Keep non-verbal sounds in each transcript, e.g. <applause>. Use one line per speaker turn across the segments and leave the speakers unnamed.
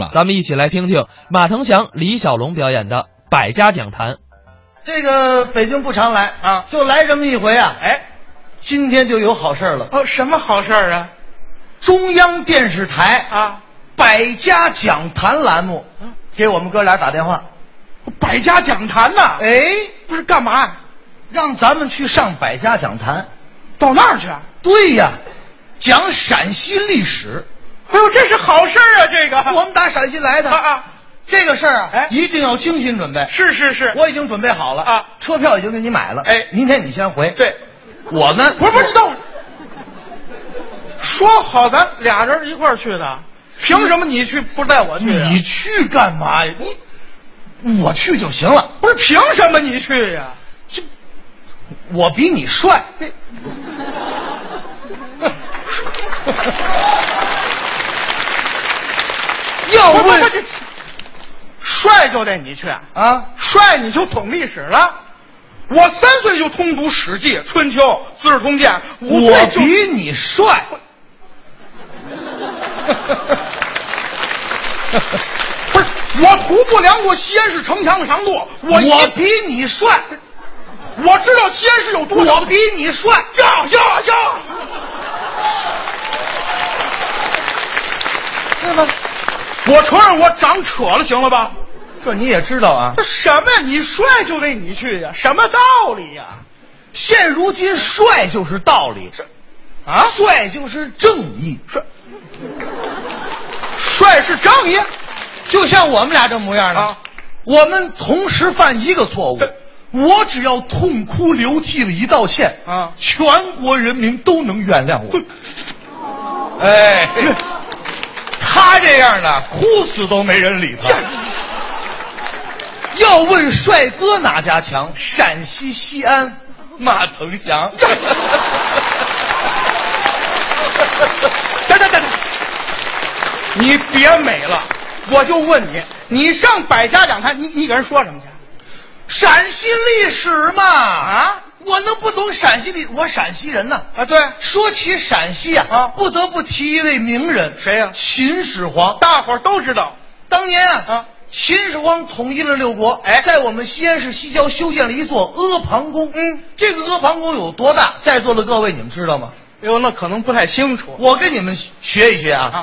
啊咱们一起来听听马腾祥、李小龙表演的《百家讲坛》。
这个北京不常来
啊
就来这么一回啊。
哎，
今天就有好事儿了，
哦，什么好事儿啊？
中央电视台
啊，
百家讲坛栏目
嗯
给我们哥俩打电话，
百家讲坛呐、
哎，
不是干嘛呀？
让咱们去上百家讲坛。
到那儿去啊？
对呀，讲陕西历史，
哎呦，这是好事儿啊！这个
我们打陕西来的
啊啊，
这个事儿啊
哎，
一定要精心准备。
是是是，
我已经准备好了
啊
车票已经给你买了。
哎
明天你先回。，
对，
我呢，
不是不是，你等会儿说好咱俩人一块儿去的，凭什么你去不带我去呀、啊
你去干嘛呀？你我去就行了，
不是凭什么你去呀、
这我比你帅。 <laughs> 要
不
问
不这帅就得你去啊？
啊，
帅你就懂历史了。我三岁就通读《史记》《春秋》《资治通鉴》，五
我
岁就
比你帅。
不是我徒步量过西安市城墙的长度，我一
我比你帅，
我知道西安市有多
我
少
比你帅。
呀呀呀！
对吧？
我承认我长扯了，行了吧？
这你也知道啊
这。什么呀？你帅就得你去呀？什么道理呀？
现如今帅就是道理，
啊，
帅就是正义，
帅帅是正义
就像我们俩这模样的
啊，
我们同时犯一个错误
对。
我只要痛哭流涕的一道歉
啊
全国人民都能原谅我。哎，他这样的哭死都没人理他。要问帅哥哪家强？陕西西安马腾祥。
等等等等，你别美了，我就问你，你上百家讲坛，你你给人说什么去？
陕西历史嘛，
啊，
我能不懂陕西历？我陕西人呐。
啊，对，
说起陕西啊，
啊
不得不提一位名人，
谁呀
秦始皇。
大伙儿都知道，
当年啊，
啊
秦始皇统一了六国，哎，在我们西安市西郊修建了一座阿房宫。
嗯，
这个阿房宫有多大？在座的各位你们知道吗？
哟，哎那可能不太清楚
我跟你们学一学啊。
啊。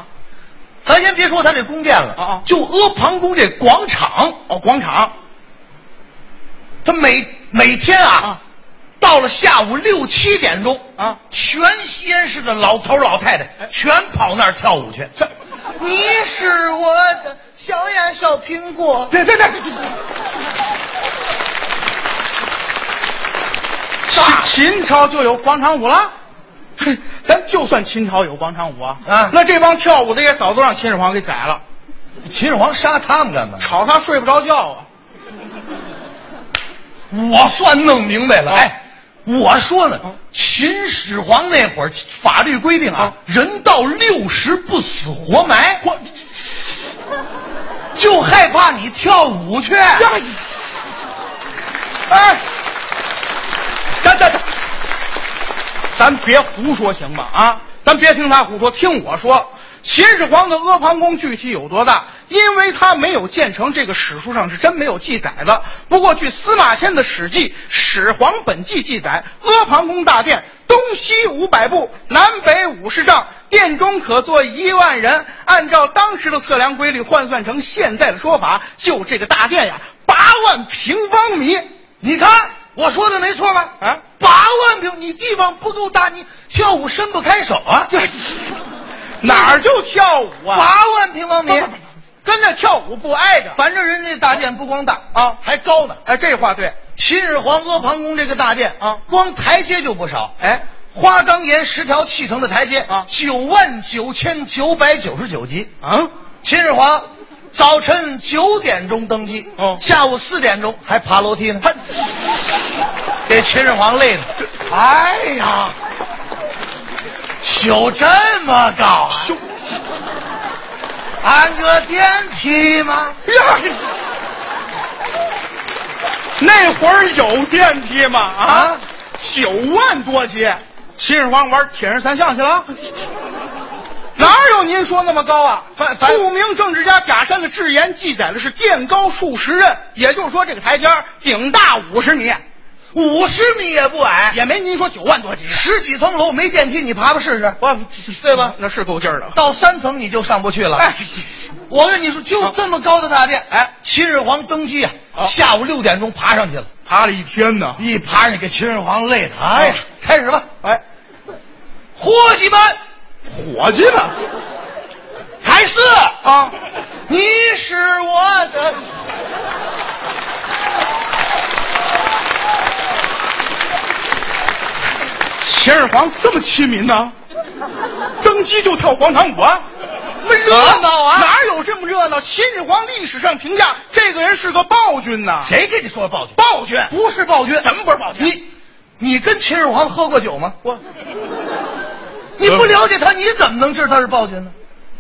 咱先别说它这宫殿了，
啊啊
就阿房宫这广场，
哦，广
啊
场
它每每天啊，
啊
到了下午六七点钟
啊
全西安市的老头老太太
哎
全跑那儿跳舞去。你是我的小呀小苹果，
对对对对对。
大
秦秦朝就有广场舞了，嘿咱就算秦朝有广场舞啊，
啊
那这帮跳舞的也早都让秦始皇给宰了，
秦始皇杀他们干嘛？
吵他睡不着觉啊。
我算弄明白了。
啊
哎，我说呢
啊，
秦始皇那会儿法律规定啊
啊，
人到六十不死活埋，就害怕你跳舞去。
呀哎，咱咱咱，咱别胡说行吗？啊，咱别听他胡说，听我说。秦始皇的阿房宫具体有多大？因为它没有建成，这个史书上是真没有记载的。不过据司马迁的《史记·始皇本纪》记载，阿房宫大殿东西五百步，南北五十丈，殿中可坐一万人。按照当时的测量规律换算成现在的说法，就这个大殿呀，八万平方米。
你看我说的没错吧？
啊
八万平，你地方不够大，你跳舞伸不开手啊。
对， <laughs> 哪儿就跳舞啊？
八万平方米，
跟那跳舞不挨着。
反正人家大殿不光大
啊
还高呢。
哎，这话对。
秦始皇阿房宫这个大殿
啊
光台阶就不少。
哎，
花岗岩十条砌成的台阶
啊
九万九千九百九十九级。
啊，
秦始皇早晨九点钟登基，
哦
下午四点钟还爬楼梯呢
他，
给秦始皇累的。哎呀，修这么高、啊，
就
安个电梯吗？
呀，那会儿有电梯吗？啊
啊，
九万多级，秦始皇玩铁人三项去了？哪有您说那么高啊。
反反
著名政治家贾山的智言记载的是垫高数十仞，也就是说这个台阶儿顶大五十米，
五十米也不矮，
也没您说九万多级。
十几层楼没电梯，你爬爬试试，
我，
对吧？
那是够劲儿的。
<laughs> 到三层你就上不去了。
哎，
<laughs> 我跟你说，就这么高的大殿，
哎
秦始皇登基啊，
啊
下午六点钟爬上去了，
爬了一天呢。
一爬上去给秦始皇累的，哎呀
啊，
开始吧，
哎，
伙计们，
伙计们，
开始
啊，
你是我的。
秦始皇这么亲民呢？登基就跳广场舞啊？
那么热闹啊
哪有这么热闹？秦始皇历史上评价这个人是个暴君呐、
谁跟你说暴君？
暴君？
不是暴君，
怎么不是暴君
你，你跟秦始皇喝过酒吗？
我，
你不了解他，你怎么能知道他是暴君呢？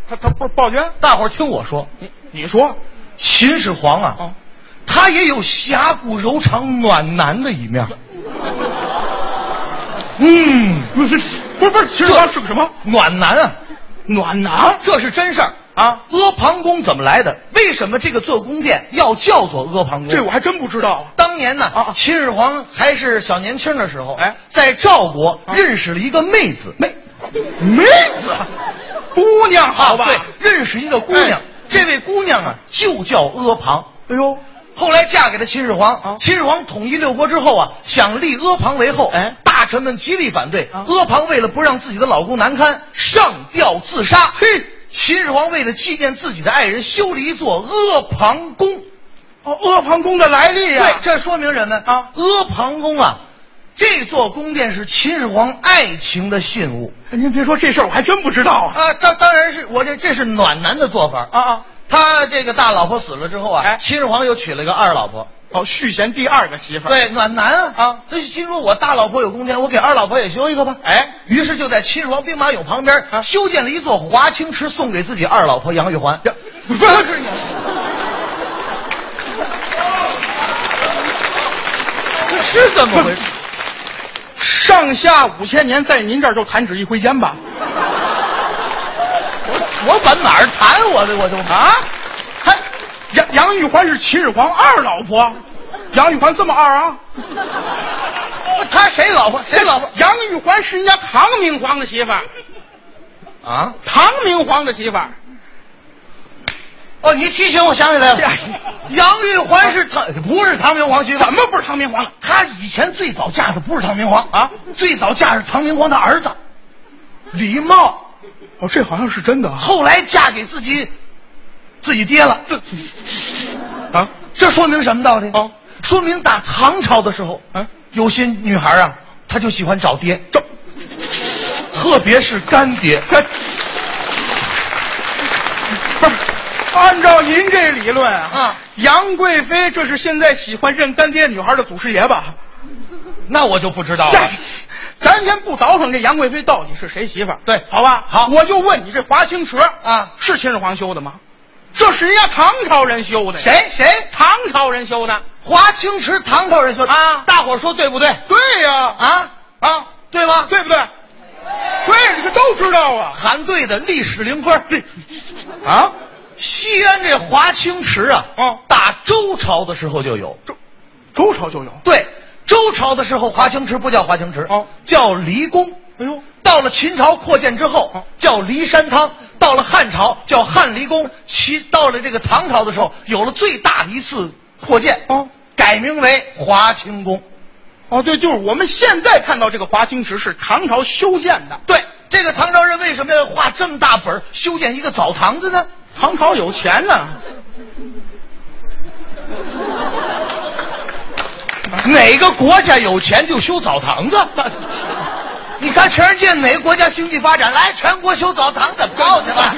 他他不是暴君？
大伙儿听我说，
你你说，
秦始皇啊，
啊
他也有侠骨柔肠、暖男的一面。嗯，
不是不是不是，秦始皇是个什么
暖男啊，
暖男
这是真事儿。
啊？
阿房宫怎么来的？为什么这个做宫殿要叫做阿房宫？
这我还真不知道啊。
当年呢，
啊啊
秦始皇还是小年轻的时候，
哎
在赵国
啊
认识了一个妹子，
妹妹子，姑娘好吧？
啊对，认识一个姑娘，
哎
这位姑娘啊就叫阿房，
哎呦，
后来嫁给了秦始皇。
啊
秦始皇统一六国之后啊，想立阿房为后，
哎
大臣们极力反对。
啊
阿房为了不让自己的老公难堪，上吊自杀。
嘿
秦始皇为了纪念自己的爱人，修了一座阿房宫。
哦，阿房宫的来历呀、
对，这说明什么
啊
阿房宫啊，这座宫殿是秦始皇爱情的信物
哎您别说这事儿，我还真不知道啊。
啊。当当然是我这这是暖男的做法
啊。啊，
他这个大老婆死了之后啊，
哎
秦始皇又娶了个二老婆。
哦，续弦第二个媳妇儿。，
对，暖男啊
啊
所以听说我大老婆有宫殿，我给二老婆也修一个吧。
哎，
于是就在秦始皇兵马俑旁边、
啊
修建了一座华清池，送给自己二老婆杨玉环。
不是你，
这是怎么回事？
上下五千年，在您这儿就弹指一挥间吧？
我我往哪儿谈我这我就
啊，还杨杨玉环是秦始皇二老婆，杨玉环这么二啊？
他谁老婆谁老婆
杨玉环是人家唐明皇的媳妇儿，
啊？
唐明皇的媳妇儿。
哦，你提醒我想起来了
哎，
杨玉环是唐不是唐明皇媳妇？
怎么不是唐明皇了？
他以前最早嫁的不是唐明皇
啊
最早嫁是唐明皇的儿子李瑁，
哦，这好像是真的啊。
后来嫁给自己自己爹了。
这啊，
这说明什么道理？
哦
说明打唐朝的时候，
嗯
有些女孩啊，她就喜欢找爹，
这
特别是干爹。
这不是。按照您这理论
啊
啊，杨贵妃这是现在喜欢认干爹女孩的祖师爷吧？
那我就不知道
但是咱先不倒腾这杨贵妃到底是谁媳妇儿，
对
好吧？
好
我就问你，这华清池
啊
是秦始皇修的吗？这是人家唐朝人修的呀，
谁谁
唐朝人修的。
华清池唐朝人说
啊
大伙儿说对不对？
对呀、啊，
啊
啊，
对吗？
对不对？对，这个都知道啊。
韩队的历史零分。
啊，
西安这华清池啊，
嗯
打周朝的时候就有。
周周朝就有。
对，周朝的时候华清池不叫华清池，
哦
叫离宫。
哎呦，
到了秦朝扩建之后，
哦
叫骊山汤；到了汉朝叫汉离宫。其到了这个唐朝的时候，有了最大的一次扩建，
哦
改名为华清宫。
哦，对，就是我们现在看到这个华清池是唐朝修建的。
对，这个唐朝人为什么要画这么大本儿修建一个澡堂子呢？
唐朝有钱呢，
哪个国家有钱就修澡堂子？ <laughs> 你看全世界哪个国家经济发展，来全国修澡堂子搞去吧？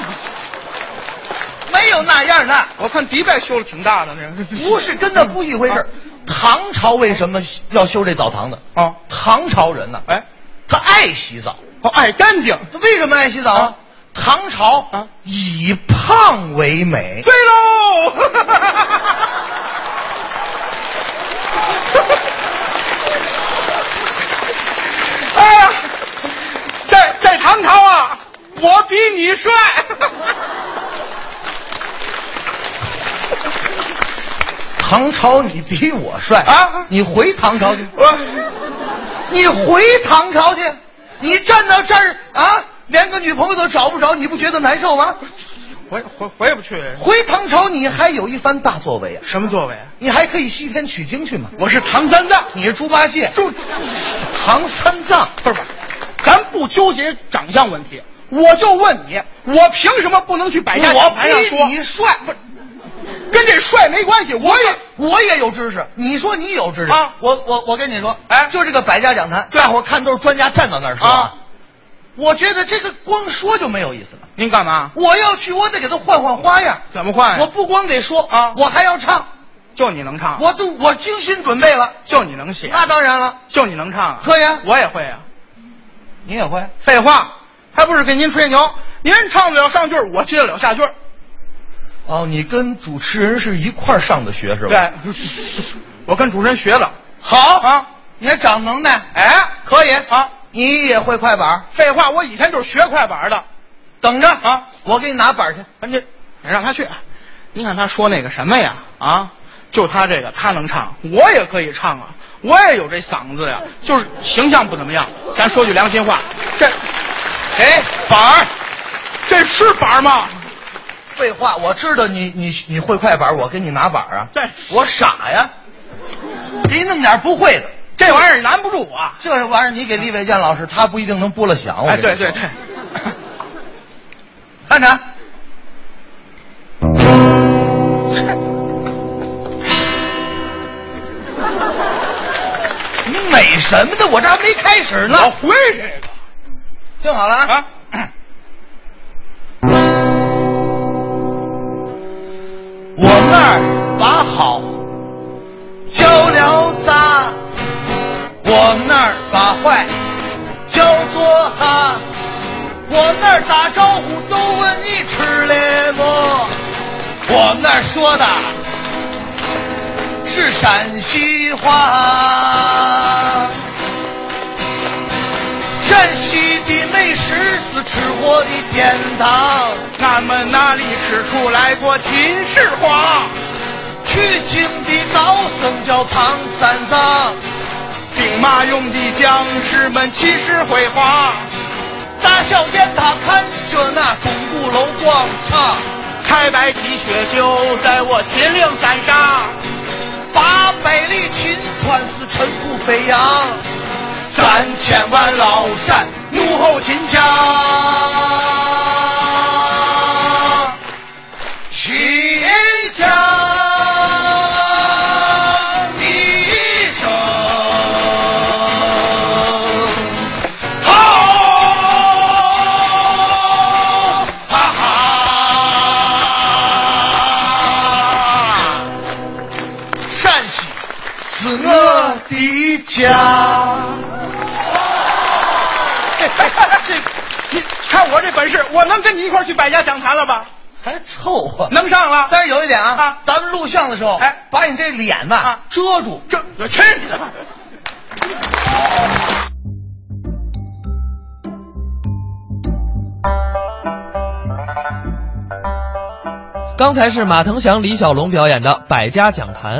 没有那样的，
我看迪拜修的挺大的那个。
不是跟那不一回事儿。唐朝为什么要修这澡堂子？
啊，
唐朝人呢、
哎，
他爱洗澡。
哦，爱干净。
他为什么爱洗澡啊
啊？
唐朝
啊
以胖为美。
对喽。 <laughs> 哎呀，在在唐朝啊，我比你帅。 <laughs>
唐朝你比我帅
啊
你回唐朝
<laughs>
去，
我
你回唐朝去，你站到这儿啊，连个女朋友都找不着，你不觉得难受吗？
回回回不去。
回唐朝你还有一番大作为啊，
什么作为？
你还可以西天取经去嘛。
我是唐三藏。
你是猪八戒，
就
唐三藏，
不是，咱不纠结长相问题，我就问你，我凭什么不能去百家
我
讲坛上哎说？
比你帅，不是
跟这帅没关系，我也
我也有知识，你说你有知识
啊
我我我跟你说，
哎
就这个百家讲坛，
对
大伙儿看都是专家站到那儿说
啊。
我觉得这个光说就没有意思了。
您干嘛？
我要去，我得给他换换花样。
怎么换呀
我不光得说
哎啊
我还要唱，
就你能唱，
我都我精心准备了。
就你能写，
那当然了，
就你能唱啊？
可以啊
我也会啊。
你也会。
废话，还不是给您吹牛？您唱得了上句儿，我接得了下句儿。
哦，你跟主持人是一块儿上的学是吧？
对，
<laughs>
我跟主持人学的。
好
啊，
你还长能耐，
哎，
可以
啊。
你也会快板儿，
废话，我以前就是学快板的。
等着
啊，
我给你拿板儿去。
你你让他去，啊你看他说那个什么呀？啊，就他这个，他能唱，我也可以唱啊，我也有这嗓子呀，就是形象不怎么样。咱说句良心话，这
哎，板儿。
这是板儿吗？
废话，我知道你你你会快板，我给你拿板啊。
对
我傻呀，给你弄点不会的。
这玩意儿也难不住我。啊
这玩意儿你给李伟健老师，他不一定能拨了响。我
哎，
跟你说
对对对，
看着。你美什么的？我这还没开始呢。
我会这个
听好了啊
啊。
<coughs> 我妹儿把好交了杂，我那儿把坏叫做哈，我那儿打招呼都问你吃了不，我那儿说的是陕西话。陕西的美食是吃货的天堂，
俺们那里吃出来过秦始皇，
取经的高僧叫唐三藏，
兵马俑的将士们气势辉煌，
大小雁塔看着那钟鼓楼广场，
太白积雪就在我秦岭山上，
八百里秦川是尘土飞扬，三千万老山怒吼秦腔。秦腔一声好，哈哈！陕西是我的家。
这你看我这本事，我能跟你一块儿去百家讲坛了吧？
还凑合
能上了？
但是有一点啊，
啊
咱们录像的时候，
哎
把你这脸呐、
啊
遮住，
这我去你的吧！
刚才是马腾祥、李小龙表演的《百家讲坛》。